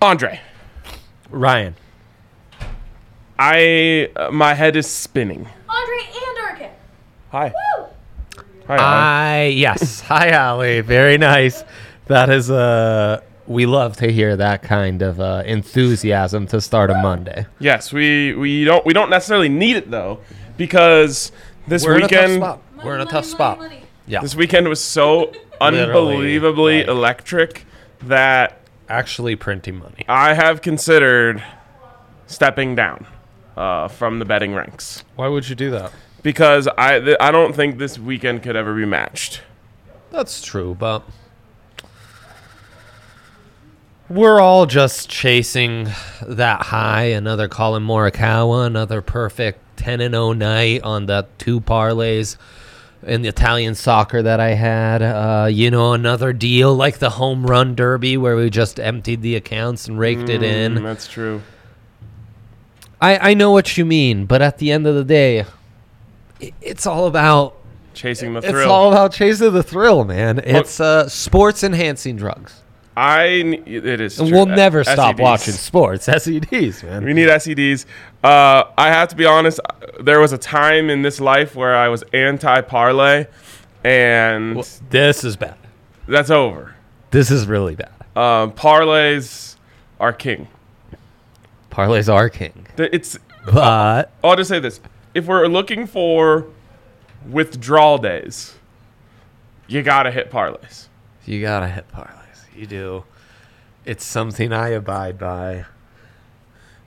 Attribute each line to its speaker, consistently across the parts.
Speaker 1: Andre,
Speaker 2: Ryan.
Speaker 1: I uh, my head is spinning.
Speaker 3: Andre and Arkin.
Speaker 1: Hi.
Speaker 3: Woo!
Speaker 1: Hi. Ryan.
Speaker 2: I yes. Hi, Ali. Very nice. That is uh we love to hear that kind of uh, enthusiasm to start a Monday.
Speaker 1: yes, we we don't we don't necessarily need it though because this
Speaker 2: We're
Speaker 1: weekend
Speaker 2: in a tough spot.
Speaker 3: Money,
Speaker 2: We're in a
Speaker 3: money,
Speaker 2: tough
Speaker 3: money,
Speaker 2: spot.
Speaker 3: money.
Speaker 2: Yeah.
Speaker 1: this weekend was so
Speaker 2: Literally,
Speaker 1: unbelievably
Speaker 2: like-
Speaker 1: electric that
Speaker 2: Actually printing money.
Speaker 1: I have considered stepping down uh, from the betting ranks
Speaker 2: Why would you do that?
Speaker 1: because I th- I don't think this weekend could ever be matched.
Speaker 2: That's true, but we're all just chasing that high. Another Colin Morikawa, another perfect 10 and 0 night on the two parlays in the Italian soccer that I had. Uh, you know, another deal like the home run derby where we just emptied the accounts and raked it in.
Speaker 1: Mm, that's true.
Speaker 2: I, I know what you mean, but at the end of the day, i it's all about
Speaker 1: Chasing the
Speaker 2: it's
Speaker 1: thrill.
Speaker 2: all about chasing the thrill, man. It's uh, sports enhancing drugs.
Speaker 1: I n- it is.
Speaker 2: And
Speaker 1: true.
Speaker 2: we'll
Speaker 1: Uh,
Speaker 2: never stop
Speaker 1: SEDs.
Speaker 2: watching sports. SEDs, man.
Speaker 1: We need SEDs. Uh, I have to be honest. There was a time in this life where I was anti parlay, and
Speaker 2: This is bad.
Speaker 1: that's over.
Speaker 2: This is really bad.
Speaker 1: Um, parlays are king.
Speaker 2: Parlays are king.
Speaker 1: Th- It's.
Speaker 2: But
Speaker 1: I'll just say this: if we're looking for withdrawal days, you gotta hit parlays.
Speaker 2: you got to hit parlays. You do. It's something I abide by.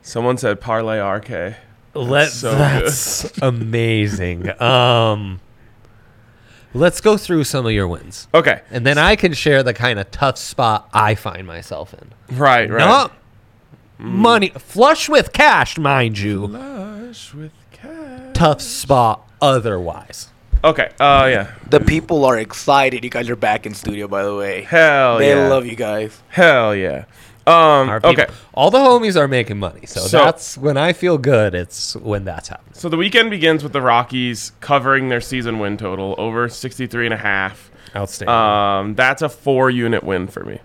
Speaker 1: Someone said parlay RK.
Speaker 2: Let,
Speaker 1: so good.
Speaker 2: that's amazing. Um, let's go through some of your wins.
Speaker 1: Okay,
Speaker 2: And then I can share the kind of tough spot I find myself in.
Speaker 1: right, right.
Speaker 2: Not money, flush with cash, mind you.
Speaker 1: Lush with cat.
Speaker 2: Tough spot otherwise.
Speaker 1: Okay. Uh, yeah.
Speaker 4: The people are excited. You guys are back in studio, by the way.
Speaker 1: Hell
Speaker 4: they
Speaker 1: yeah.
Speaker 4: love you guys.
Speaker 1: Hell yeah. Um,
Speaker 2: Our people-
Speaker 1: okay.
Speaker 2: All the homies are making money. So,
Speaker 1: So-
Speaker 2: that's when I feel good. It's when that's happening.
Speaker 1: So the weekend begins with the Rockies covering their season win total over 63 and a half.
Speaker 2: Outstanding.
Speaker 1: Um, that's a four unit win for me.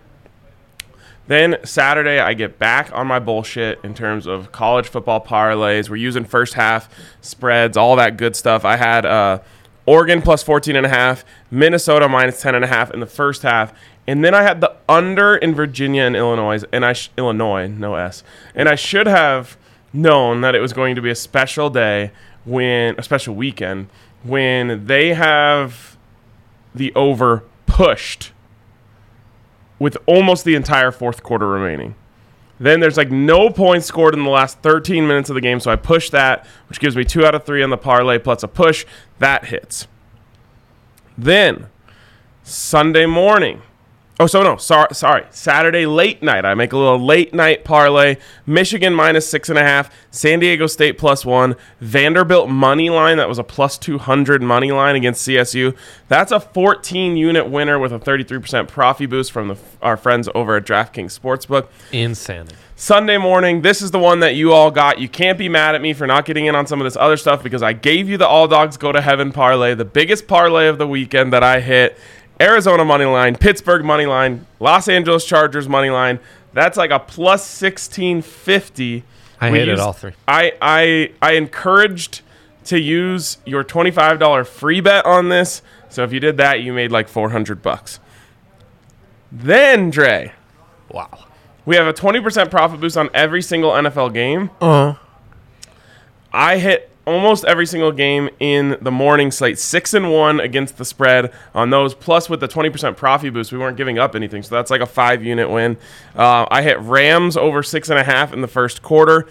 Speaker 1: Then Saturday, I get back on my bullshit in terms of college football parlays. We're using first half spreads, all that good stuff. I had uh, Oregon plus 14 and a half, Minnesota minus 10 and a half in the first half. And then I had the under in Virginia and Illinois, and I sh- Illinois, no S. And I should have known that it was going to be a special day when a special weekend when they have the over pushed with almost the entire fourth quarter remaining. Then there's like no points scored in the last 13 minutes of the game, so I push that, which gives me two out of three on the parlay plus a push. That hits. Then Sunday morning. Oh, so no, sorry, sorry. Saturday late night. I make a little late night parlay. Michigan minus six and a half. San Diego State plus one. Vanderbilt money line. That was a plus 200 money line against CSU. That's a 14 unit winner with a 33% profit boost from the, our friends over at DraftKings Sportsbook.
Speaker 2: Insanity.
Speaker 1: Sunday morning. This is the one that you all got. You can't be mad at me for not getting in on some of this other stuff because I gave you the All Dogs Go to Heaven parlay, the biggest parlay of the weekend that I hit. Arizona money line, Pittsburgh money line, Los Angeles Chargers money line. That's like a plus sixteen fifty.
Speaker 2: I hated all three.
Speaker 1: I I I encouraged to use your twenty five dollar free bet on this. So if you did that, you made like four hundred bucks. Then Dre.
Speaker 2: Wow.
Speaker 1: We have a 20% profit boost on every single NFL game.
Speaker 2: Uh-huh.
Speaker 1: I hit almost every single game in the morning slate, 6 and 1 against the spread on those. Plus, with the 20% profit boost, we weren't giving up anything. So that's like a five unit win. Uh, I hit Rams over 6.5 in the first quarter.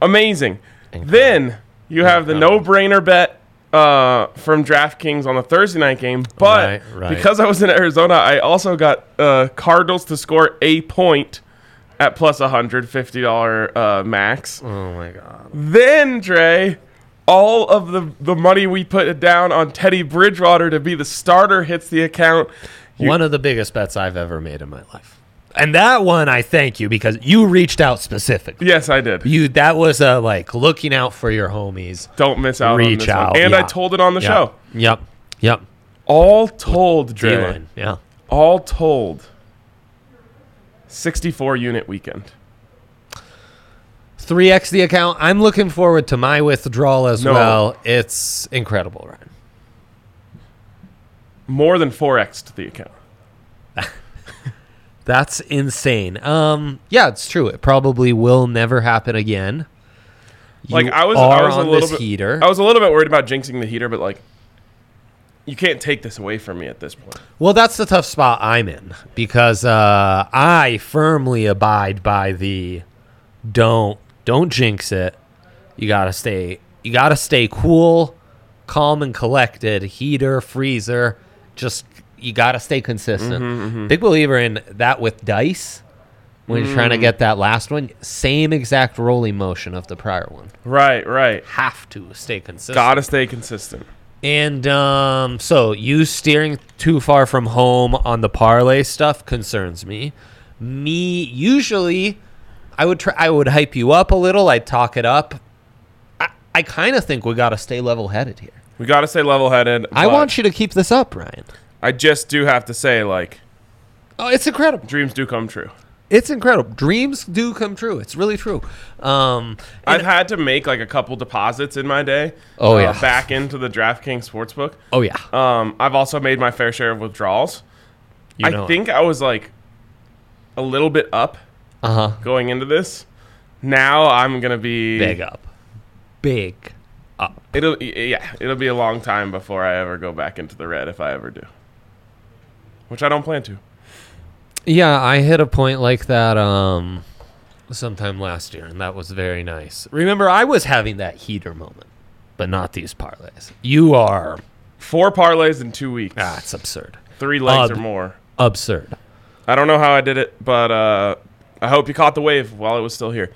Speaker 1: Amazing. Then you have the no brainer bet. Uh, from DraftKings on the Thursday night game, but
Speaker 2: Right, right.
Speaker 1: because I was in Arizona, I also got uh, Cardinals to score a point at plus $150 uh, max.
Speaker 2: Oh my god.
Speaker 1: Then, Dre, all of the, the money we put down on Teddy Bridgewater to be the starter hits the account.
Speaker 2: one of the biggest bets I've ever made in my life. And that one I thank you because you reached out specifically.
Speaker 1: Yes, I did.
Speaker 2: You that was a like looking out for your homies.
Speaker 1: Don't miss out on
Speaker 2: Reach
Speaker 1: this one.
Speaker 2: out.
Speaker 1: And I
Speaker 2: yeah.
Speaker 1: told it on the
Speaker 2: Yep.
Speaker 1: show.
Speaker 2: Yep. Yep.
Speaker 1: All told, Dre.
Speaker 2: D-line. Yeah.
Speaker 1: All told. 64 unit weekend.
Speaker 2: 3x the account. I'm looking forward to my withdrawal as
Speaker 1: No.
Speaker 2: well. It's incredible, Ryan.
Speaker 1: More than 4x to the account.
Speaker 2: That's insane. Um, yeah, it's true. It probably will never happen again.
Speaker 1: Like
Speaker 2: You
Speaker 1: I was,
Speaker 2: are
Speaker 1: I was a
Speaker 2: on
Speaker 1: little
Speaker 2: this
Speaker 1: bit,
Speaker 2: heater.
Speaker 1: I was a little bit worried about jinxing the heater, but like, you can't take this away from me at this point.
Speaker 2: Well, that's the tough spot I'm in because uh, I firmly abide by the don't don't jinx it. You gotta stay you gotta stay cool, calm and collected. Heater, freezer, just you gotta stay consistent. Big believer in that with dice when you're trying to get that last one. Same exact rolling motion of the prior one.
Speaker 1: Right, right.
Speaker 2: Have to stay consistent.
Speaker 1: Gotta stay consistent.
Speaker 2: And um, so you steering too far from home on the parlay stuff concerns me. Me usually, I would try. I would hype you up a little. I'd talk it up. I, I kind of think we got to stay level headed here.
Speaker 1: We gotta stay level headed.
Speaker 2: I want you to keep this up, Ryan.
Speaker 1: I just do have to say, like,
Speaker 2: Oh, it's incredible!
Speaker 1: dreams do come true.
Speaker 2: It's incredible. Dreams do come true. It's really true. Um,
Speaker 1: I've had to make like a couple deposits in my day. uh,
Speaker 2: Oh, yeah.
Speaker 1: Back into the DraftKings sportsbook.
Speaker 2: oh yeah,
Speaker 1: Um, I've also made my fair share of withdrawals.
Speaker 2: you
Speaker 1: I think I was like a little bit up
Speaker 2: uh huh,
Speaker 1: going into this. Now I'm gonna be
Speaker 2: big up, big up.
Speaker 1: It'll y- yeah, it'll be a long time before I ever go back into the red if I ever do. Which I don't plan to.
Speaker 2: Yeah, I hit a point like that um sometime last year and that was very nice. Remember I was having that heater moment, but not these parlays. You are
Speaker 1: Four parlays in two weeks.
Speaker 2: ah, it's absurd.
Speaker 1: Three legs
Speaker 2: odd.
Speaker 1: or more.
Speaker 2: Absurd.
Speaker 1: I don't know how I did it, but uh, I hope you caught the wave while it was still here.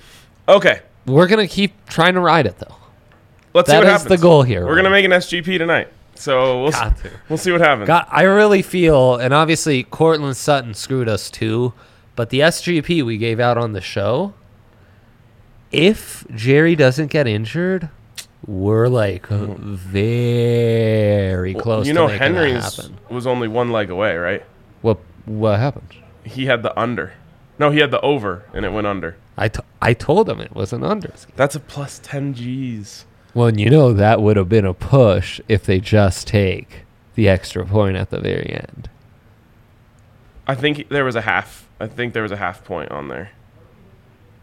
Speaker 1: Okay,
Speaker 2: We're going to keep trying to ride it though.
Speaker 1: let's see
Speaker 2: That
Speaker 1: what
Speaker 2: is
Speaker 1: happens.
Speaker 2: the goal here,
Speaker 1: We're gonna
Speaker 2: Ryan.
Speaker 1: make an SGP tonight, so we'll
Speaker 2: Got
Speaker 1: s-
Speaker 2: to.
Speaker 1: we'll see what happens.
Speaker 2: God, I really feel and obviously Cortland Sutton screwed us too, but the SGP we gave out on the show if Jerry doesn't get injured, we're like very close
Speaker 1: you
Speaker 2: to
Speaker 1: know
Speaker 2: making that
Speaker 1: Henry's
Speaker 2: happen.
Speaker 1: was only one leg away, right?
Speaker 2: What what happened?
Speaker 1: He had the under. No, he had the over, and it went under.
Speaker 2: I, t- I told him it was an unders.
Speaker 1: That's a plus ten G's.
Speaker 2: Well, and you know that would have been a push if they just take the extra point at the very end.
Speaker 1: I think there was a half. I think there was a half point on there.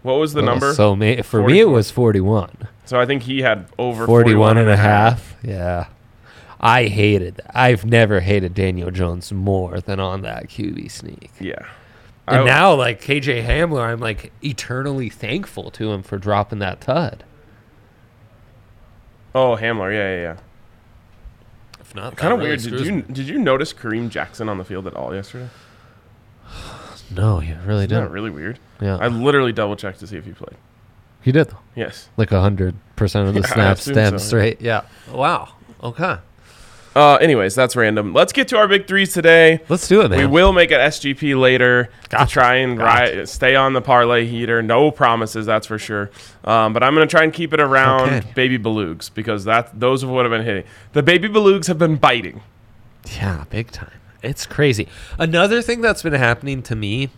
Speaker 1: What was the
Speaker 2: Well,
Speaker 1: number? So,
Speaker 2: So ma- for me, it
Speaker 1: 44.
Speaker 2: was 41.
Speaker 1: I think he had over
Speaker 2: 41 and a
Speaker 1: half.
Speaker 2: half. Yeah. I hated that. I've never hated Daniel Jones more than on that QB sneak.
Speaker 1: Yeah.
Speaker 2: And
Speaker 1: I-
Speaker 2: now, like KJ Hamler, I'm like eternally thankful to him for dropping that tud.
Speaker 1: Oh, Hamler. Yeah, yeah, yeah.
Speaker 2: If not,
Speaker 1: Kind of weird. Did you did you notice Kareem Jackson on the field at all yesterday?
Speaker 2: No, you really
Speaker 1: Isn't
Speaker 2: didn't. Uh.
Speaker 1: that really weird?
Speaker 2: Yeah,
Speaker 1: I literally double checked to see if he played.
Speaker 2: he did though.
Speaker 1: Yes.
Speaker 2: like a hundred percent of the
Speaker 1: Yeah, I
Speaker 2: snaps
Speaker 1: assume
Speaker 2: damn
Speaker 1: so, yeah.
Speaker 2: straight. Yeah. Wow. Okay.
Speaker 1: Uh, anyways, that's random. Let's get to our big threes today.
Speaker 2: Let's do it, man.
Speaker 1: We will make an SGP later to
Speaker 2: Gotcha.
Speaker 1: try and
Speaker 2: Gotcha.
Speaker 1: ri- stay on the parlay heater. No promises, that's for sure. Um, but I'm going to try and keep it around
Speaker 2: Okay.
Speaker 1: baby belugs because that those are what have been hitting. The baby belugs have been biting.
Speaker 2: Yeah, big time. It's crazy. Another thing that's been happening to me,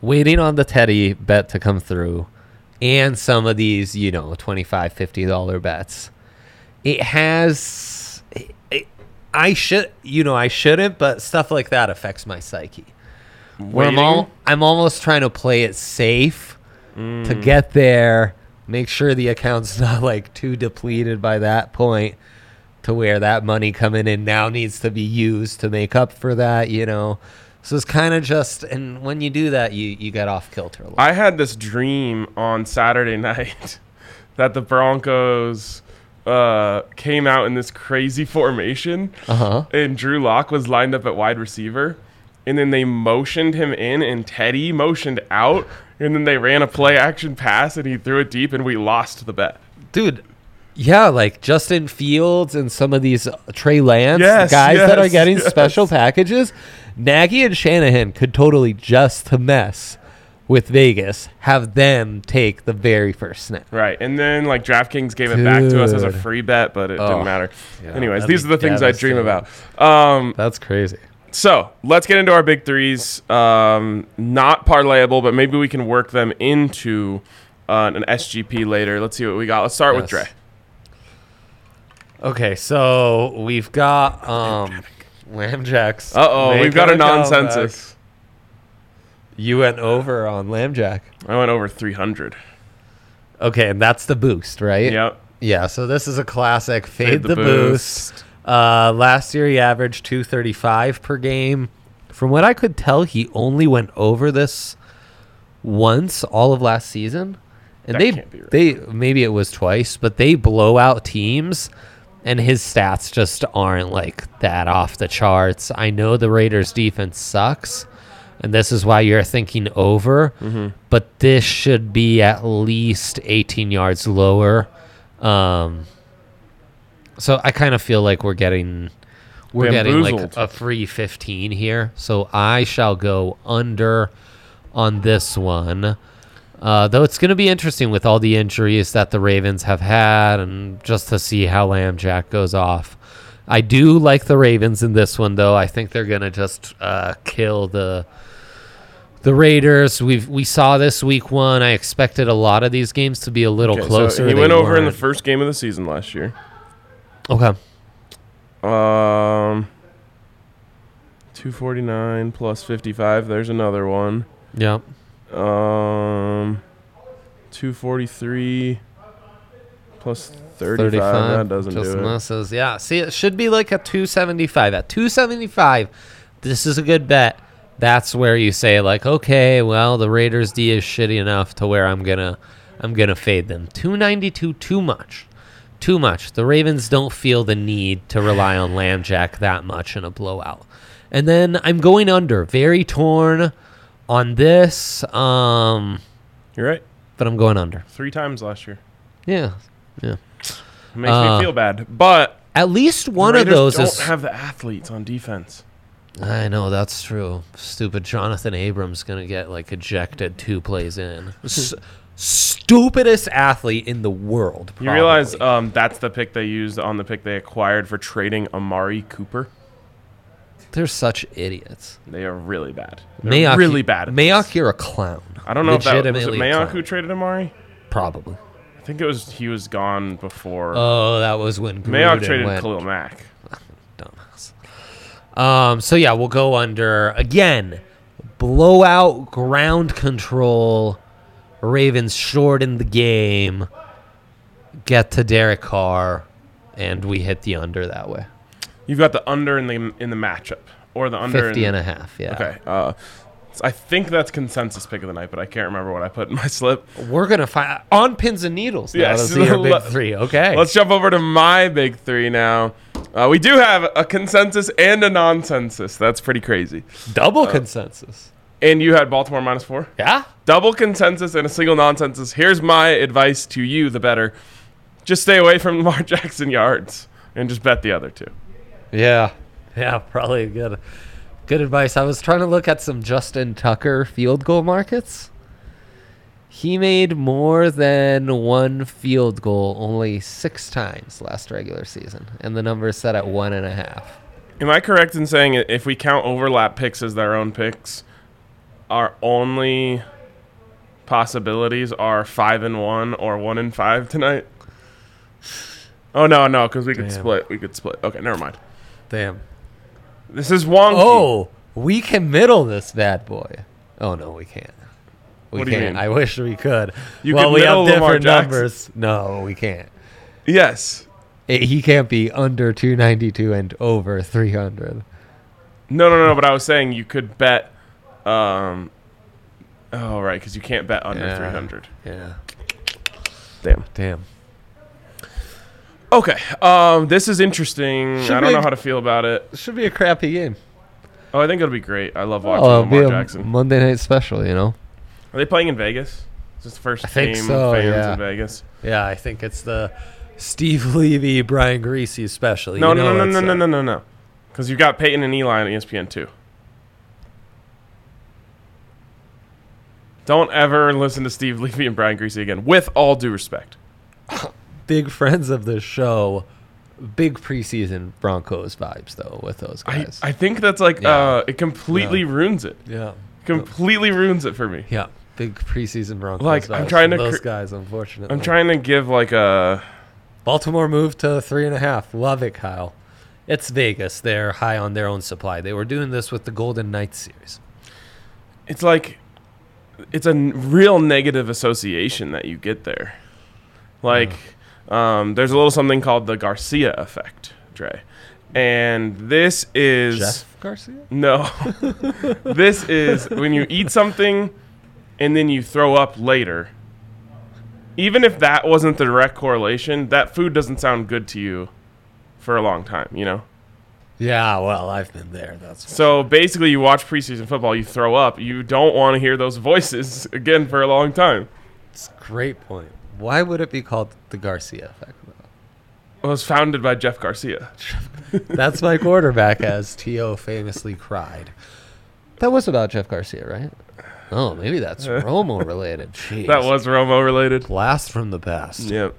Speaker 2: waiting on the Teddy bet to come through, and some of these, you know, 25 50 dollar bets. It has. It, it, I should, you know, I shouldn't, but stuff like that affects my psyche. where I'm,
Speaker 1: Waiting.
Speaker 2: al- I'm almost trying to play it safe to get there, make sure the account's not like too depleted by that point to where that money coming in now needs to be used to make up for that, you know. So it's kind of just and when you do that, you you get off kilter a lot.
Speaker 1: I had this dream on Saturday night that the Broncos uh, came out in this crazy formation,
Speaker 2: Uh-huh.
Speaker 1: and Drew Lock was lined up at wide receiver, and then they motioned him in, and Teddy motioned out, and then they ran a play action pass, and he threw it deep, and we lost the bet.
Speaker 2: Dude, yeah, like Justin Fields and some of these uh, Trey Lance
Speaker 1: Yes,
Speaker 2: guys that are
Speaker 1: yes,
Speaker 2: getting
Speaker 1: yes.
Speaker 2: special packages, Nagy and Shanahan could totally just to mess with Vegas, have them take the very first snap.
Speaker 1: Right, and then like DraftKings gave it back to us as a
Speaker 2: Dude.
Speaker 1: free bet, but it
Speaker 2: Oh,
Speaker 1: didn't matter.
Speaker 2: yeah,
Speaker 1: Anyways,
Speaker 2: that'd
Speaker 1: these are
Speaker 2: be
Speaker 1: the things I dream about.
Speaker 2: devastating.
Speaker 1: Um,
Speaker 2: That's crazy.
Speaker 1: So let's get into our big threes. Um, not parlayable, but maybe we can work them into uh, an SGP later. Let's see what we got. Let's start with
Speaker 2: Yes.
Speaker 1: Dre.
Speaker 2: Okay, so we've got um, lamb jacks.
Speaker 1: Uh oh,
Speaker 2: Make
Speaker 1: we've got
Speaker 2: it
Speaker 1: a
Speaker 2: comeback.
Speaker 1: nonsensus.
Speaker 2: You went over on lamb jack.
Speaker 1: I went over 300.
Speaker 2: Okay, and that's the boost, right?
Speaker 1: Yep.
Speaker 2: Yeah. So this is a classic fade,
Speaker 1: Fade
Speaker 2: the,
Speaker 1: the
Speaker 2: boost.
Speaker 1: boost.
Speaker 2: Uh, last year he averaged 235 per game. From what I could tell, he only went over this once all of last season, and
Speaker 1: That
Speaker 2: they
Speaker 1: can't be right.
Speaker 2: they maybe it was twice, but they blow out teams. And his stats just aren't like that off the charts. I know the Raiders' defense sucks, and this is why you're thinking over.
Speaker 1: Mm-hmm.
Speaker 2: But this should be at least 18 yards lower. Um, so I kind of feel like we're getting we're getting like
Speaker 1: Bamboozled.
Speaker 2: a free 15 here. So I shall go under on this one. Uh, though it's going to be interesting with all the injuries that the Ravens have had and just to see how Lamb Jack goes off. I do like the Ravens in this one, though. I think they're going to just uh, kill the the Raiders. We've we saw this week one. I expected a lot of these games to be a little
Speaker 1: Okay, so
Speaker 2: closer.
Speaker 1: he
Speaker 2: They
Speaker 1: went over in the
Speaker 2: weren't.
Speaker 1: first game of the season last year.
Speaker 2: okay.
Speaker 1: Um, 249 plus 55. There's another one.
Speaker 2: Yeah.
Speaker 1: Um, 243 plus 35.
Speaker 2: 35.
Speaker 1: That doesn't
Speaker 2: Justin
Speaker 1: do it.
Speaker 2: Nelson's- Yeah. See, it should be like a 275. At 275, this is a good bet. That's where you say like, okay, well, the Raiders D is shitty enough to where I'm gonna, I'm gonna fade them. 292, too much, too much. The Ravens don't feel the need to rely on Lamb Jack that much in a blowout. And then I'm going under. Very torn on this, um,
Speaker 1: You're right.
Speaker 2: but I'm going under.
Speaker 1: Three times last year.
Speaker 2: Yeah, yeah.
Speaker 1: It makes
Speaker 2: Uh,
Speaker 1: me feel bad. But
Speaker 2: At least one
Speaker 1: the
Speaker 2: of
Speaker 1: Raiders
Speaker 2: those
Speaker 1: don't
Speaker 2: is
Speaker 1: have the athletes on defense.
Speaker 2: I know that's true. Stupid Jonathan Abrams gonna get like ejected two plays in. S- stupidest athlete in the world.
Speaker 1: You realize
Speaker 2: probably.
Speaker 1: um, that's the pick they used on the pick they acquired for trading Amari Cooper.
Speaker 2: they're such idiots.
Speaker 1: They are really bad. uh, They're
Speaker 2: Mayock,
Speaker 1: really bad. At
Speaker 2: Mayock,
Speaker 1: this.
Speaker 2: you're a clown.
Speaker 1: I don't know if that was it
Speaker 2: Legitimately a
Speaker 1: Mayock
Speaker 2: clown.
Speaker 1: who traded Amari.
Speaker 2: probably.
Speaker 1: I think it was he was gone before.
Speaker 2: Oh, that was when Gruden
Speaker 1: Mayock traded
Speaker 2: went.
Speaker 1: Khalil Mack.
Speaker 2: dumbass. Um, so yeah, we'll go under again. Blowout ground control. Ravens shorten the game. Get to Derek Carr, and we hit the under that way.
Speaker 1: You've got the under in the in the matchup or the under
Speaker 2: 50
Speaker 1: in,
Speaker 2: and a half, yeah.
Speaker 1: Okay. Uh, so I think that's consensus pick of the night, but I can't remember what I put in my slip.
Speaker 2: We're going to find on pins and needles. Yeah,
Speaker 1: Yes.
Speaker 2: That'll be your big three. Okay.
Speaker 1: Let's jump over to my big three now. Uh, we do have a consensus and a nonsensus. That's pretty crazy.
Speaker 2: Double consensus.
Speaker 1: And you had Baltimore minus four.
Speaker 2: uh, Yeah?
Speaker 1: double consensus and a single nonsensus. Here's my advice to you, the better. Just stay away from Lamar Jackson yards and just bet the other two.
Speaker 2: Yeah. Yeah, probably good. Good advice. I was trying to look at some Justin Tucker field goal markets. He made more than one field goal only six times last regular season, and the number is set at one and a half.
Speaker 1: Am I correct in saying i- if we count overlap picks as their own picks, our only possibilities are five and one or one and five tonight? Oh no, no, because we could
Speaker 2: Damn.
Speaker 1: split. We could split. Okay, never mind.
Speaker 2: Damn.
Speaker 1: This is wonky.
Speaker 2: Oh, we can middle this bad boy. Oh no, we can't. We
Speaker 1: What do you
Speaker 2: can't.
Speaker 1: mean?
Speaker 2: I wish we could.
Speaker 1: You
Speaker 2: well,
Speaker 1: could
Speaker 2: we
Speaker 1: middle
Speaker 2: have
Speaker 1: Lamar Jackson.
Speaker 2: different numbers. No, we can't.
Speaker 1: yes.
Speaker 2: It- he can't be under 292 and over 300.
Speaker 1: No, no, no. But I was saying you could bet. Um, oh right, because you can't bet under
Speaker 2: Yeah.
Speaker 1: three hundred.
Speaker 2: Yeah.
Speaker 1: Damn.
Speaker 2: Damn.
Speaker 1: Okay. Um, this is interesting.
Speaker 2: Should
Speaker 1: I don't
Speaker 2: be-
Speaker 1: know how to feel about it.
Speaker 2: should be a crappy game.
Speaker 1: Oh, I think it'll be great. I love watching
Speaker 2: Oh, it'll be
Speaker 1: Lamar
Speaker 2: a
Speaker 1: Jackson.
Speaker 2: Monday night special, you know.
Speaker 1: Are they playing in Vegas? Is this the first
Speaker 2: I think
Speaker 1: game
Speaker 2: so,
Speaker 1: fans
Speaker 2: yeah.
Speaker 1: in Vegas?
Speaker 2: Yeah, I think it's the Steve Levy, Brian Greasy special.
Speaker 1: No, no, no,
Speaker 2: uh,
Speaker 1: no, no, no, no, no, no. Because you've got Peyton and Eli on E ESPN too. Don't ever listen to Steve Levy and Brian Greasy again. With all due respect,
Speaker 2: Big friends of the show, big preseason Broncos vibes though with those
Speaker 1: I,
Speaker 2: guys.
Speaker 1: I think that's like
Speaker 2: Yeah.
Speaker 1: uh, it completely ruins it.
Speaker 2: yeah,
Speaker 1: Completely ruins it for me.
Speaker 2: yeah, big preseason Broncos.
Speaker 1: Like, I'm
Speaker 2: vibes
Speaker 1: trying
Speaker 2: from
Speaker 1: to
Speaker 2: those
Speaker 1: cr-
Speaker 2: guys. Unfortunately,
Speaker 1: I'm trying to give like a
Speaker 2: Baltimore moved to three and a half. Love it, Kyle. It's Vegas. They're high on their own supply. They were doing this with the Golden Knights series.
Speaker 1: it's like it's a n- real negative association that you get there. Like um, there's a little something called the Garcia effect, Dre. And this is
Speaker 2: Garcia.
Speaker 1: No. this is when you eat something and then you throw up later. Even if that wasn't the direct correlation, that food doesn't sound good to you for a long time, you know?
Speaker 2: Yeah, well, I've been there. That's
Speaker 1: So basically, you watch preseason football, you throw up, you don't want to hear those voices again for a long time.
Speaker 2: it's a great point. Why would it be called the Garcia effect?
Speaker 1: It
Speaker 2: though?
Speaker 1: was founded by Jeff Garcia.
Speaker 2: That's my quarterback, as T.O. famously cried. That was about Jeff Garcia, right? Oh, maybe that's Romo related. Jeez.
Speaker 1: That was Romo related.
Speaker 2: blast from the past.
Speaker 1: Yep.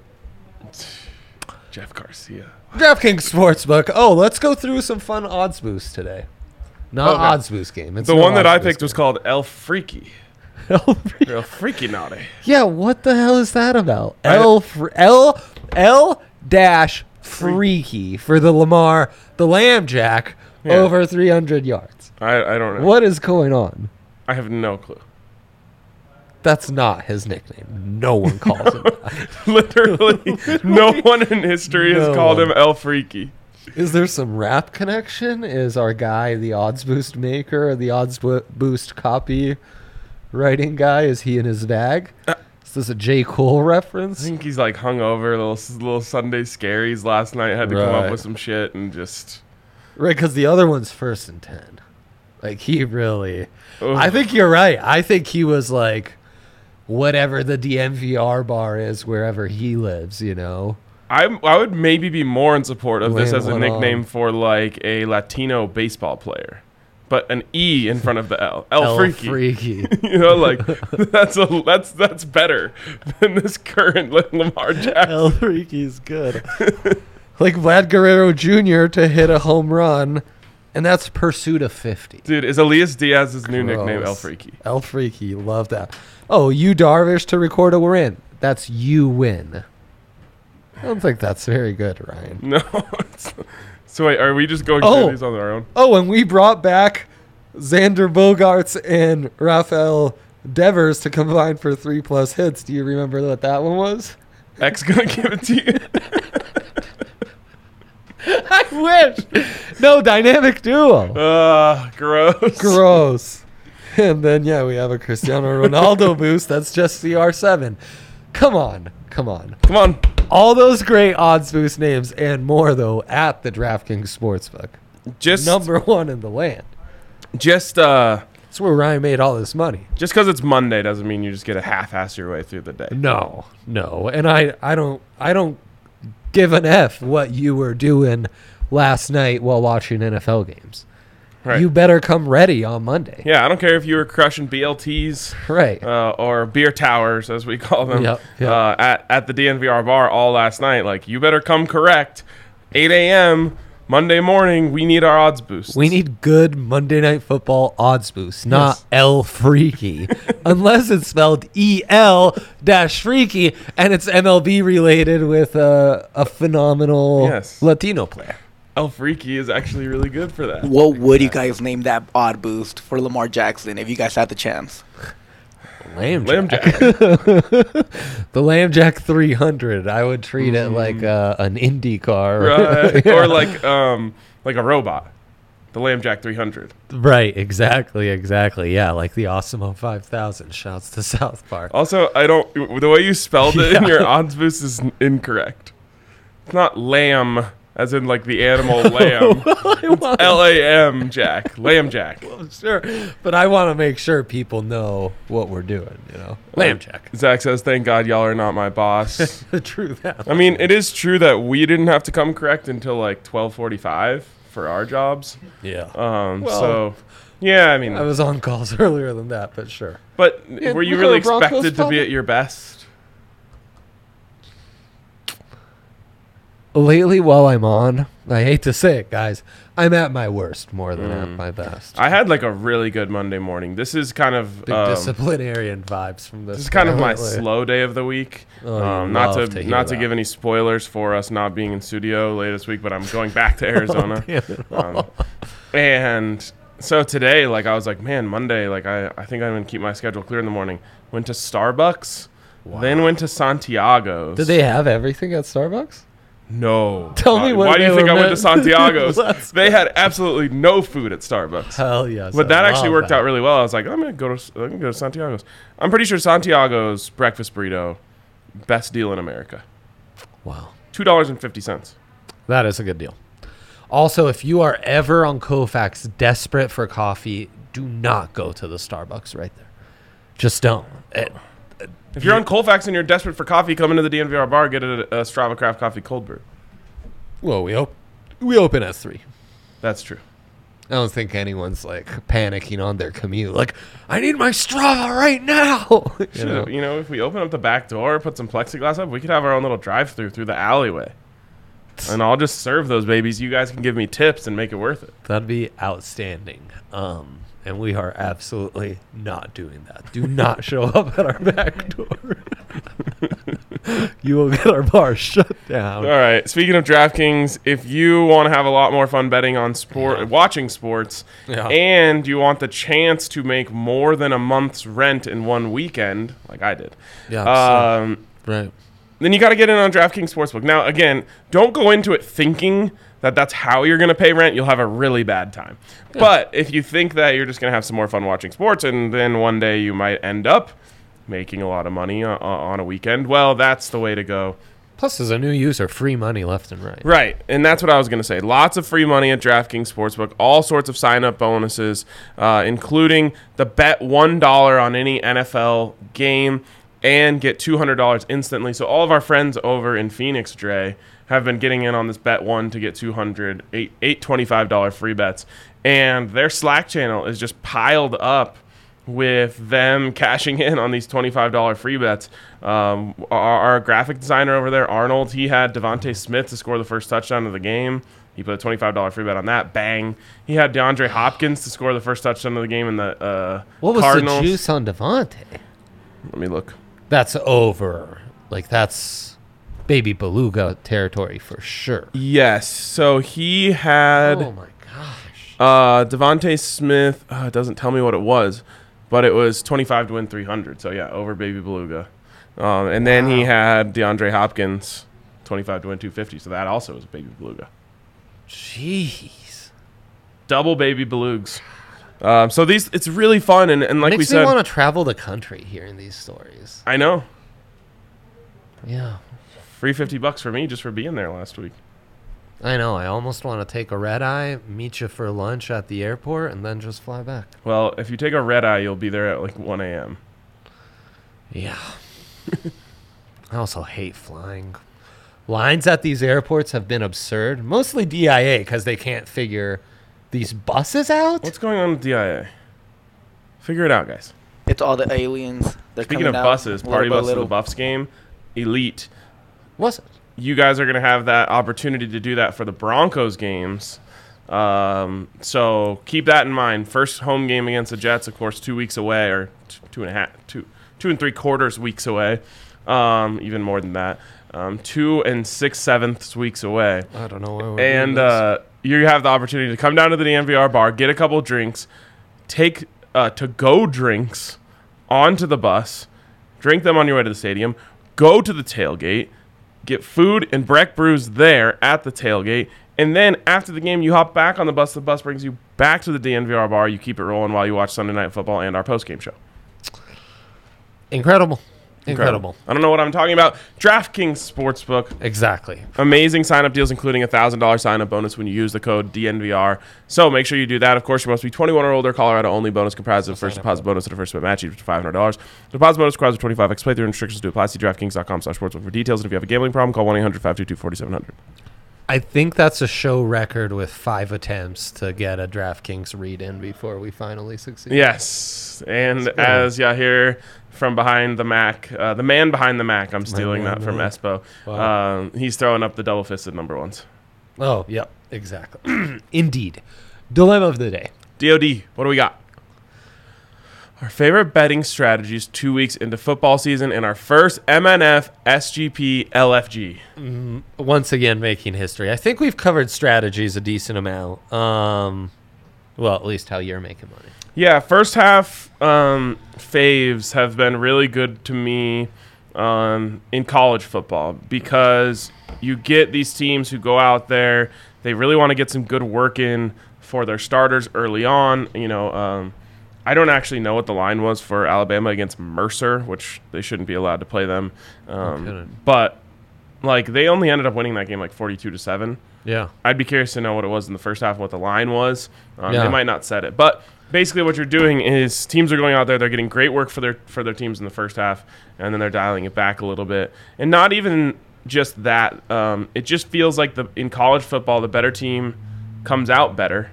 Speaker 1: Jeff Garcia.
Speaker 2: DraftKings Sportsbook. Oh, let's go through some fun odds boost today. Not
Speaker 1: Okay.
Speaker 2: odds boost game. It's
Speaker 1: The
Speaker 2: no
Speaker 1: one that I
Speaker 2: odds
Speaker 1: picked was
Speaker 2: boost
Speaker 1: called El Freaky.
Speaker 2: game.
Speaker 1: El Freaky Naughty.
Speaker 2: yeah, what the hell is that about?
Speaker 1: I-
Speaker 2: L fr- L L dash freaky for the Lamar the Lambjack
Speaker 1: Yeah.
Speaker 2: over 300 yards.
Speaker 1: I, I don't know.
Speaker 2: What is going on?
Speaker 1: I have no clue.
Speaker 2: That's not his nickname. No one calls him. that.
Speaker 1: Literally, no one in history has
Speaker 2: No
Speaker 1: called him
Speaker 2: one.
Speaker 1: El Freaky.
Speaker 2: Is there some rap connection? Is our guy the odds boost maker, the odds bo- boost copy writing guy? Is he in his bag? Is this a J. Cole
Speaker 1: Uh, I
Speaker 2: reference?
Speaker 1: think he's like hungover, little little Sunday scaries last night. Had to come up
Speaker 2: Right.
Speaker 1: with some shit and just.
Speaker 2: Right, because the other one's first and 10. Like, he really.
Speaker 1: Ugh.
Speaker 2: I think you're right. I think he was like whatever the DMVR bar is wherever he lives, you know?
Speaker 1: I I would maybe be more in support of this
Speaker 2: Blame
Speaker 1: as a
Speaker 2: one
Speaker 1: nickname
Speaker 2: on.
Speaker 1: for like a Latino baseball player, but an E in front of the L. El,
Speaker 2: El
Speaker 1: Freaky.
Speaker 2: freaky.
Speaker 1: You know, like that's a that's that's better than this current Lamar Jackson.
Speaker 2: El Freaky's good. like Vlad Guerrero Jr. to hit a home run, and that's pursuit of 50.
Speaker 1: Dude, is Elias Diaz's new nickname El
Speaker 2: Gross.
Speaker 1: Freaky?
Speaker 2: El Freaky, love that. Oh, you Darvish to record a win. That's you win. I don't think that's very good, Ryan.
Speaker 1: No. it's- so wait, are we just going
Speaker 2: Oh.
Speaker 1: through these on our own?
Speaker 2: Oh, and we brought back Xander Bogarts and Rafael Devers to combine for three plus hits. Do you remember what that one was?
Speaker 1: X gonna give it to you.
Speaker 2: I wish. No, dynamic duo.
Speaker 1: Uh, gross.
Speaker 2: Gross. And then yeah, we have a Cristiano Ronaldo boost. That's just CR7. Come on, come on.
Speaker 1: Come on.
Speaker 2: All those great odds boost names and more though at the DraftKings Sportsbook.
Speaker 1: Just
Speaker 2: Number one in the land.
Speaker 1: just uh
Speaker 2: That's where Ryan made all this money.
Speaker 1: just cuz it's Monday doesn't mean you just get a half-ass your way through the day.
Speaker 2: No, no. And I, I don't, I don't give an f what you were doing last night while watching NFL games.
Speaker 1: Right.
Speaker 2: You better come ready on Monday.
Speaker 1: yeah, I don't care if you were crushing BLTs
Speaker 2: Right.
Speaker 1: uh, or beer towers as we call them
Speaker 2: Yep, yep.
Speaker 1: Uh, at at the DNVR bar all last night. Like you better come correct. 8 a.m. Monday morning. We need our odds boost.
Speaker 2: We need good Monday Night Football odds boost, not
Speaker 1: Yes.
Speaker 2: L freaky, unless it's spelled E L dash freaky and it's MLB related with a, a phenomenal
Speaker 1: Yes.
Speaker 2: Latino player.
Speaker 1: El Freaky is actually really good for that.
Speaker 4: What would you guys name that odd boost for Lamar Jackson if you guys had the chance?
Speaker 2: Lamb,
Speaker 1: Lambjack.
Speaker 2: the Lambjack 300. I would treat it like uh, an Indy car,
Speaker 1: Mm. right? Or like um like a robot. The Lambjack 300.
Speaker 2: Right, exactly, exactly. Yeah, like the Awesome 5000 shouts to South Park.
Speaker 1: Also, I don't. The way you spelled it in
Speaker 2: Yeah.
Speaker 1: your odds boost is n- incorrect. It's not lamb, as in like the animal lamb. L A M Jack, lamb Jack.
Speaker 2: sure, but I want to make sure people know what we're doing, you know. Lambjack.
Speaker 1: Zach says, "Thank God y'all are not my boss."
Speaker 2: True that.
Speaker 1: I mean, it is true that we didn't have to come correct until like twelve forty-five for our jobs.
Speaker 2: Yeah.
Speaker 1: Um,
Speaker 2: Well-
Speaker 1: so, yeah, I mean,
Speaker 2: I was on calls earlier than that, but sure.
Speaker 1: but
Speaker 2: Yeah,
Speaker 1: were you
Speaker 2: we
Speaker 1: really
Speaker 2: got a Broncos
Speaker 1: expected to
Speaker 2: problem.
Speaker 1: be at your best?
Speaker 2: lately while I'm on, I hate to say it, guys, I'm at my worst more than at my best.
Speaker 1: Mm. I had like a really good Monday morning. This is kind of
Speaker 2: Big
Speaker 1: um,
Speaker 2: disciplinarian vibes from this.
Speaker 1: This is kind of my
Speaker 2: apparently.
Speaker 1: slow day of the week.
Speaker 2: Oh, you'd
Speaker 1: um, not to,
Speaker 2: love to hear
Speaker 1: not to
Speaker 2: that.
Speaker 1: give any spoilers for us not being in studio later this week, but I'm going back to
Speaker 2: Oh,
Speaker 1: Arizona. um, and so today, like I was like, man, Monday, like I, I think I'm gonna keep my schedule clear in the morning. Went to Starbucks, then went to Santiago's.
Speaker 2: Did they have everything at Starbucks?
Speaker 1: No.
Speaker 2: Tell
Speaker 1: Uh,
Speaker 2: me what
Speaker 1: Why do
Speaker 2: they
Speaker 1: you think
Speaker 2: were
Speaker 1: I went
Speaker 2: meant-
Speaker 1: to Santiago's?
Speaker 2: Let's
Speaker 1: they had absolutely no food at Starbucks.
Speaker 2: Hell yes.
Speaker 1: But that actually worked out really well. I was like, I'm gonna go to I'm gonna go to Santiago's. I'm pretty sure Santiago's breakfast burrito, best deal in America,
Speaker 2: Wow.
Speaker 1: two dollars and fifty cents.
Speaker 2: That is a good deal. Also, if you are ever on Kofax desperate for coffee, do not go to the Starbucks right there. Just don't. Eh, It-
Speaker 1: If you're on Colfax and you're desperate for coffee, come into the DNVR bar, get a, a Strava Craft Coffee cold brew.
Speaker 2: well, we op- we open at three.
Speaker 1: That's true.
Speaker 2: I don't think anyone's like panicking on their commute. Like, I need my Strava right now. You
Speaker 1: Should
Speaker 2: know?
Speaker 1: have- you know, if we open up the back door, put some plexiglass up, we could have our own little drive-through through the alleyway, and I'll just serve those babies. You guys can give me tips and make it worth it.
Speaker 2: That'd be outstanding. Um, and we are absolutely not doing that. Do not show up at our back door. you will get our bar shut down.
Speaker 1: All right. Speaking of DraftKings, if you want to have a lot more fun betting on sport,
Speaker 2: Yeah.
Speaker 1: watching sports,
Speaker 2: Yeah.
Speaker 1: and you want the chance to make more than a month's rent in one weekend, like I did,
Speaker 2: Yeah,
Speaker 1: um,
Speaker 2: right.
Speaker 1: then you got to get in on DraftKings Sportsbook. Now, again, don't go into it thinking that that's how you're going to pay rent. You'll have a really bad time. But if you think that you're just going to have some more fun watching sports, and then one day you might end up making a lot of money uh, on a weekend, well, that's the way to go.
Speaker 2: Plus, as a new user, free money left and right.
Speaker 1: Right, and that's what I was going to say. Lots of free money at DraftKings Sportsbook, all sorts of sign-up bonuses, uh, including the bet one dollar on any NFL game and get two hundred dollars instantly. So all of our friends over in Phoenix, Dre, have been getting in on this bet one to get 200 eight eight twenty five dollar free bets, and their Slack channel is just piled up with them cashing in on these $25 free bets. Um, our, our graphic designer over there, Arnold, he had Devonte Smith to score the first touchdown of the game. He put a $25 free bet on that. Bang. He had DeAndre Hopkins to score the first touchdown of the game in the uh,
Speaker 2: What was
Speaker 1: Cardinals.
Speaker 2: the juice on Devontae?
Speaker 1: Let me look.
Speaker 2: That's over. Like, that's baby beluga territory for sure.
Speaker 1: Yes. So he had.
Speaker 2: Oh my gosh.
Speaker 1: Uh, Devonte Smith uh, it doesn't tell me what it was, but it was 25 to win 300. So yeah, over Baby Beluga. Um, and then he had DeAndre Hopkins, 25 to win 250. So that also was Baby Beluga.
Speaker 2: Jeez.
Speaker 1: Double Baby Belugs. Um, so these, it's really fun, and, and like we
Speaker 2: Makes
Speaker 1: said,
Speaker 2: me want to travel the country hearing these stories.
Speaker 1: I know
Speaker 2: Yeah.
Speaker 1: free 50 bucks for me just for being there last week.
Speaker 2: I know. I almost want to take a red eye, meet you for lunch at the airport, and then just fly back.
Speaker 1: Well, if you take a red eye, you'll be there at like 1 a.m.
Speaker 2: Yeah. I also hate flying. Lines at these airports have been absurd, mostly DIA because they can't figure these buses out.
Speaker 1: What's going on with DIA? Figure it out, guys.
Speaker 4: It's all the aliens. They're
Speaker 1: Speaking of
Speaker 4: coming out
Speaker 1: buses,
Speaker 4: little
Speaker 1: party
Speaker 4: by
Speaker 1: bus to the
Speaker 4: little.
Speaker 1: Buffs game, elite.
Speaker 2: Was it?
Speaker 1: you guys are going to have that opportunity to do that for the Broncos games. Um, so keep that in mind. First home game against the Jets, of course, two weeks away, or t- two and a half, two, two and three quarters weeks away, um, even more than that, um, two and six sevenths weeks away
Speaker 2: I don't know where we're doing
Speaker 1: and
Speaker 2: this.
Speaker 1: uh, you have the opportunity to come down to the DNVR bar, get a couple drinks, take uh, to go drinks onto the bus, drink them on your way to the stadium, go to the tailgate, get food and Breck brews there at the tailgate, and then after the game, you hop back on the bus. The bus brings you back to the DNVR bar. You keep it rolling while you watch Sunday Night Football and our post game show.
Speaker 2: incredible. incredible,
Speaker 1: I don't know what I'm talking about. DraftKings Sportsbook.
Speaker 2: exactly.
Speaker 1: Amazing sign up deals, including a $1,000 sign up bonus when you use the code DNVR. So make sure you do that. Of course, you must be 21 or older, Colorado only bonus comprised of first deposit bonus and a first bet match, each to $500. Deposit bonus requires a 25x playthrough and restrictions do apply. See DraftKings.com slash sportsbook for details. And if you have a gambling problem, call 1 800 522 4700.
Speaker 2: I think that's a show record with five attempts to get a DraftKings read in before we finally succeed.
Speaker 1: Yes. And
Speaker 2: good.
Speaker 1: as Yahir from behind the Mac, uh, the man behind the Mac. I'm stealing
Speaker 2: behind
Speaker 1: that
Speaker 2: the
Speaker 1: from
Speaker 2: Mac.
Speaker 1: Espo.
Speaker 2: Wow.
Speaker 1: Um, he's throwing up the double fisted number ones.
Speaker 2: Oh, yep, exactly. Indeed. Dilemma of the day.
Speaker 1: DOD, what do we got? Our favorite betting strategies two weeks into football season in our first MNF SGP LFG.
Speaker 2: Once again, making history. I think we've covered strategies a decent amount. Um, well, at least how you're making money.
Speaker 1: Yeah, first half um, faves have been really good to me um, in college football because you get these teams who go out there, they really want to get some good work in for their starters early on. You know, um, I don't actually know what the line was for Alabama against Mercer, which they shouldn't be allowed to play them. Um,
Speaker 2: kidding.
Speaker 1: but like they only ended up winning that game like forty-two to seven.
Speaker 2: Yeah.
Speaker 1: I'd be curious to know what it was in the first half, what the line was. Um,
Speaker 2: Yeah.
Speaker 1: They might not set it, but basically, what you're doing is teams are going out there, they're getting great work for their for their teams in the first half, and then they're dialing it back a little bit. And not even just that, um, it just feels like the in college football, the better team comes out better,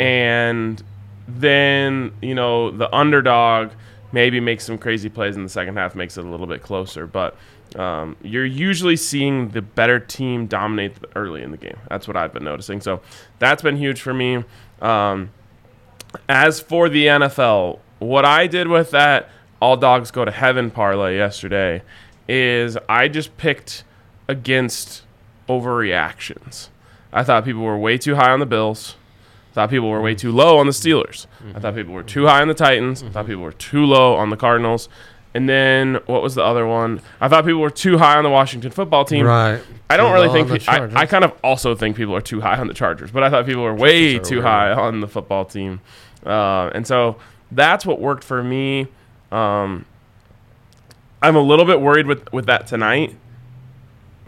Speaker 1: and then you know the underdog maybe makes some crazy plays in the second half, makes it a little bit closer, but. Um, you're usually seeing the better team dominate early in the game. That's what I've been noticing. So that's been huge for me. Um, as for the NFL, what I did with that all dogs go to heaven parlay yesterday is I just picked against overreactions. I thought people were way too high on the Bills. Thought people were way too low on the Steelers. I thought people were too high on the Titans. I thought people were too low on the Cardinals. And then what was the other one? I thought people were too high on the Washington football team. I don't
Speaker 2: Too
Speaker 1: really
Speaker 2: low
Speaker 1: think
Speaker 2: on the
Speaker 1: pe- I, I
Speaker 2: Chargers.
Speaker 1: kind of also think people are too high on the Chargers, but I thought people were way
Speaker 2: Chargers are
Speaker 1: too
Speaker 2: weird.
Speaker 1: high on the football team, uh, and so that's what worked for me. Um, I'm a little bit worried with with that tonight,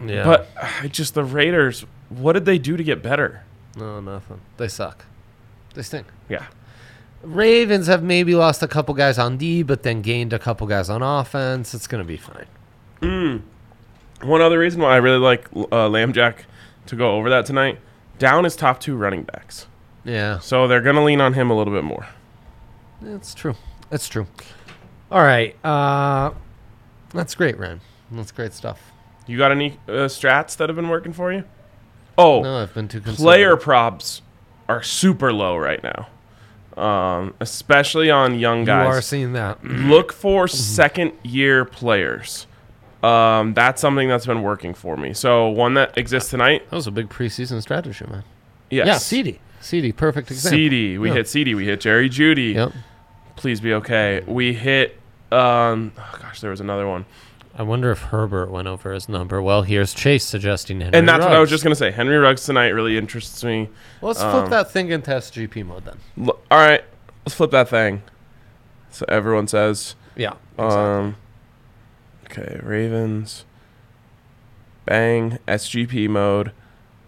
Speaker 2: Yeah.
Speaker 1: but I just the Raiders. What did they do to get better?
Speaker 2: no, nothing. They suck. They stink.
Speaker 1: Yeah,
Speaker 2: Ravens have maybe lost a couple guys on D, but then gained a couple guys on offense. It's going to be fine.
Speaker 1: one other reason why I really like uh, Lamb Jack to go over that tonight. Down is top two running backs,
Speaker 2: Yeah,
Speaker 1: so they're gonna lean on him a little bit more.
Speaker 2: that's true. That's true. All right. Uh, that's great, Ryan. That's great stuff.
Speaker 1: You got any uh, strats that have been working for you? Oh,
Speaker 2: No, I've been too concerned.
Speaker 1: player props are super low right now, um, especially on young
Speaker 2: You are
Speaker 1: guys.
Speaker 2: seeing Mm-hmm. that.
Speaker 1: Look for second year players. Um, that's something that's been working for me. So one that exists tonight.
Speaker 2: That was a big preseason strategy, man.
Speaker 1: Yes.
Speaker 2: Yeah, CD. CD, perfect example.
Speaker 1: CD. We
Speaker 2: Yeah.
Speaker 1: hit CD. We hit Jerry Judy.
Speaker 2: Yep.
Speaker 1: Please be okay. We hit. Um, oh gosh, there was another one,
Speaker 2: I wonder if Herbert went over his number. Well, here's Chase suggesting Henry.
Speaker 1: and that's what I was
Speaker 2: Ruggs.
Speaker 1: just Um, gonna say. Henry Ruggs tonight really interests me.
Speaker 2: Let's flip that thing into SGP mode then.
Speaker 1: L- all right, let's flip that thing. So everyone says.
Speaker 2: Yeah.
Speaker 1: Um, okay, Ravens. Bang, SGP mode.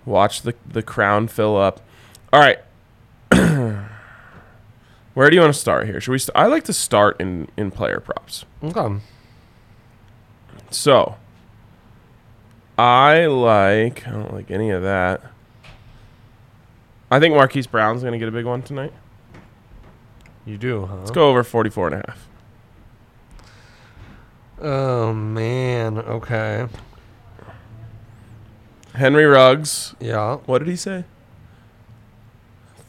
Speaker 1: Watch the the crown fill up. All right. Where do you want to start here? Should we? St- I like to start in in player props.
Speaker 2: okay.
Speaker 1: So I like. I don't like any of that. I think Marquise Brown's going to get a big one tonight.
Speaker 2: You do, huh?
Speaker 1: Let's go over 44 and a half.
Speaker 2: Oh man. Okay.
Speaker 1: Henry Ruggs
Speaker 2: Yeah.
Speaker 1: what did he say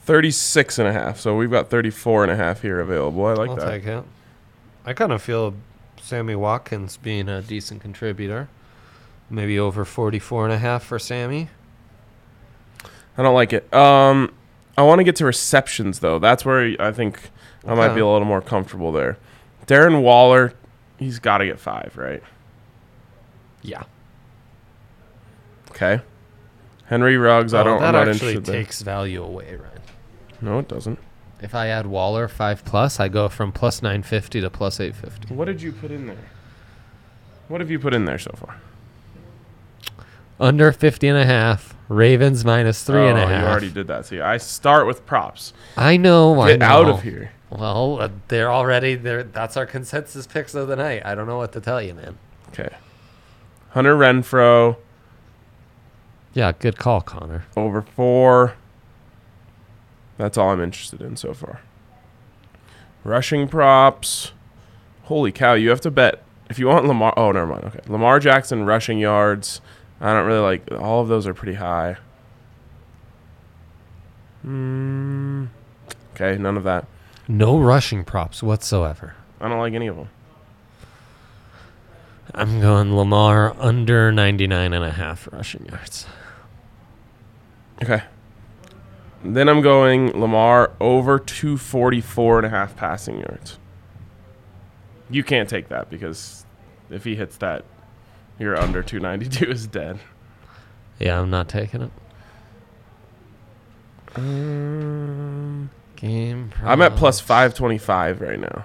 Speaker 1: 36 and a half so we've got 34 and a half here available i like
Speaker 2: I'll
Speaker 1: that
Speaker 2: take it. I kind of feel Sammy Watkins being a decent contributor. Maybe over 44 and a half for Sammy.
Speaker 1: i don't like it um i want to get to receptions though that's where i think i might
Speaker 2: Okay.
Speaker 1: be a little more comfortable there darren waller he's got to get five right
Speaker 2: Yeah.
Speaker 1: okay henry ruggs i don't
Speaker 2: that
Speaker 1: i'm not
Speaker 2: actually
Speaker 1: interested there.
Speaker 2: takes value away, Ryan.
Speaker 1: no it doesn't
Speaker 2: If I add Waller 5 plus, I go from plus 950 to plus 850.
Speaker 1: what did you put in there what have you put in there so far
Speaker 2: Under 50 and a half. Ravens minus three and a
Speaker 1: Oh,
Speaker 2: half.
Speaker 1: you already did that see i start with props
Speaker 2: I know. I
Speaker 1: get out of
Speaker 2: know.
Speaker 1: here
Speaker 2: Well, uh, they're already there. That's our consensus picks of the night. I don't know what to tell you, man.
Speaker 1: okay hunter renfro
Speaker 2: Yeah, good call, Connor.
Speaker 1: over four. That's all I'm interested in so far. Rushing props. Holy cow! You have to bet if you want Lamar. Oh, never mind. Okay, Lamar Jackson rushing yards. I don't really like all of those are pretty high. Mm, okay, none of that.
Speaker 2: No rushing props whatsoever.
Speaker 1: I don't like any of them.
Speaker 2: I'm going Lamar under 99 and a half rushing yards.
Speaker 1: Okay. Then I'm going Lamar over 244 and a half passing yards. You can't take that because if he hits that, your under 292 is dead.
Speaker 2: Yeah, I'm not taking it. Uh, Game.
Speaker 1: I'm at
Speaker 2: props.
Speaker 1: plus 525 right now.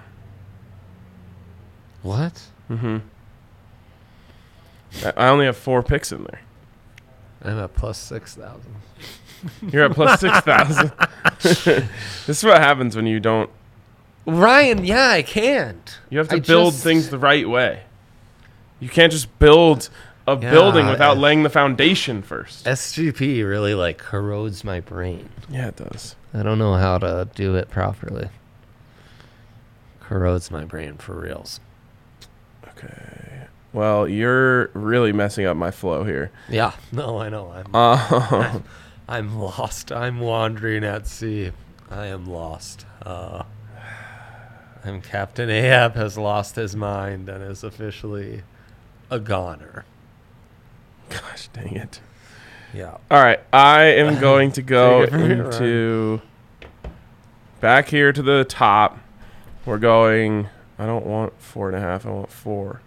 Speaker 2: What?
Speaker 1: hmm I only have four picks in there.
Speaker 2: I'm at plus six thousand.
Speaker 1: You're at plus 6,000. this is what happens when you don't.
Speaker 2: Ryan, yeah, I can't.
Speaker 1: You have to
Speaker 2: I
Speaker 1: build
Speaker 2: just-
Speaker 1: things the right way. You can't just build a
Speaker 2: Yeah,
Speaker 1: building without
Speaker 2: uh,
Speaker 1: laying the foundation first.
Speaker 2: SGP really like corrodes my brain.
Speaker 1: Yeah, it does.
Speaker 2: I don't know how to do it properly. Corrodes my brain for reals.
Speaker 1: Well, you're really messing up my flow here.
Speaker 2: Yeah, no, I know. I'm
Speaker 1: Uh,
Speaker 2: I'm lost. I'm wandering at sea. I am lost. Uh, I'm Captain Ahab has lost his mind and is officially a goner.
Speaker 1: gosh, dang it.
Speaker 2: Yeah.
Speaker 1: All right, I am going to go
Speaker 2: Take it from here, Ryan.
Speaker 1: into back here to the top. We're going. I don't want four and a half. I want four.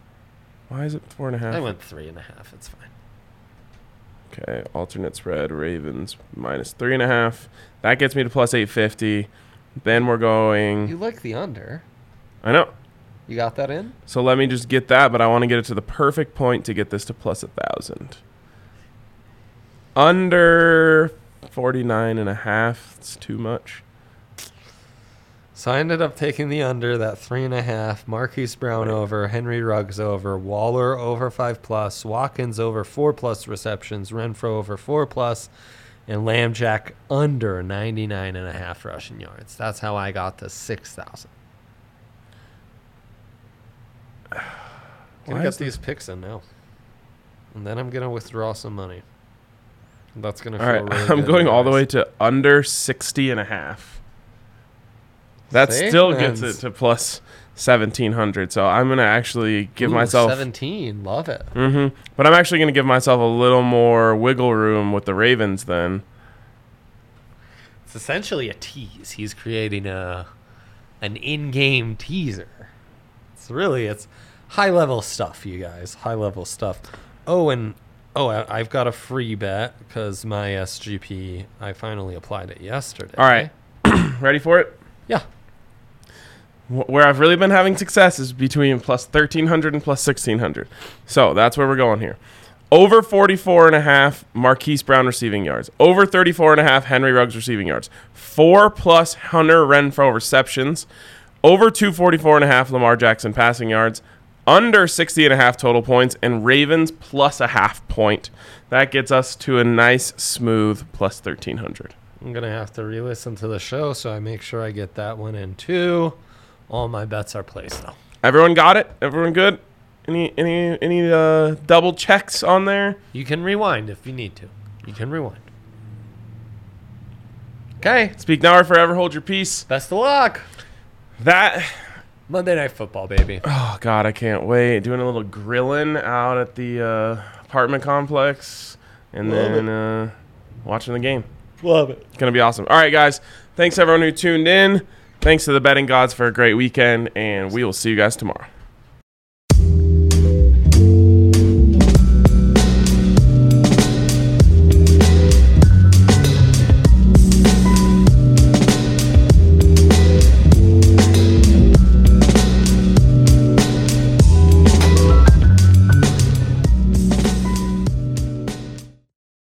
Speaker 1: Why is it four and a half?
Speaker 2: I went three and a half. It's fine.
Speaker 1: Okay, alternate spread Ravens minus three and a half. That gets me to plus eight fifty. Then we're
Speaker 2: You
Speaker 1: going.
Speaker 2: like the under.
Speaker 1: I know.
Speaker 2: You got that in?
Speaker 1: So let me just get that, but I want to get it to the perfect point to get this to plus a thousand. Under 49 and a half. It's too much.
Speaker 2: So I ended up taking the under, that three and a half, Marquise Brown over, Henry Ruggs over, Waller over five plus, Watkins over four plus receptions, Renfro over four plus, and Lamb Jack under 99 and a half rushing yards. That's how I got to 6,000. Gonna
Speaker 1: Why
Speaker 2: get
Speaker 1: is
Speaker 2: these picks in now. And then I'm gonna withdraw some money. That's gonna
Speaker 1: All
Speaker 2: feel
Speaker 1: right,
Speaker 2: really
Speaker 1: I'm
Speaker 2: good
Speaker 1: going all the
Speaker 2: anyways.
Speaker 1: way to under 60 and a half. That
Speaker 2: See?
Speaker 1: still gets
Speaker 2: That's-
Speaker 1: it to plus 1700. So I'm going to actually give
Speaker 2: Ooh,
Speaker 1: myself
Speaker 2: 17. Love it.
Speaker 1: Mhm. But I'm actually going to give myself a little more wiggle room with the Ravens then.
Speaker 2: It's essentially a tease. He's creating a an in-game teaser. It's really it's high level stuff, you guys. High level stuff. Oh, and oh, I, I've got a free bet because my SGP. I finally applied it yesterday.
Speaker 1: All right. Ready for it?
Speaker 2: Yeah.
Speaker 1: Wh- Where I've really been having success is between plus 1300 and plus 1600. So that's where we're going here. Over 44 and a half Marquise Brown receiving yards. Over 34 and a half Henry Ruggs receiving yards. Four plus Hunter Renfro receptions. Over 244 and a half Lamar Jackson passing yards. Under 60 and a half total points. And Ravens plus a half point. That gets us to a nice, smooth plus 1300.
Speaker 2: I'm gonna have to re-listen to the show, so I make sure I get that one in too. All my bets are placed though.
Speaker 1: Everyone got it? Everyone good? Any any any uh, double checks on there?
Speaker 2: You can rewind if you need to. You can rewind. Okay.
Speaker 1: Speak now or forever hold your peace.
Speaker 2: Best of luck.
Speaker 1: That
Speaker 2: Monday Night Football, baby.
Speaker 1: oh god, I can't wait. Doing a little grilling out at the uh, apartment complex, and
Speaker 2: Love
Speaker 1: then uh, watching the game.
Speaker 2: Love it.
Speaker 1: It's gonna be awesome. All right, guys. Thanks everyone who tuned in. Thanks to the betting gods for a great weekend, and we will see you guys tomorrow.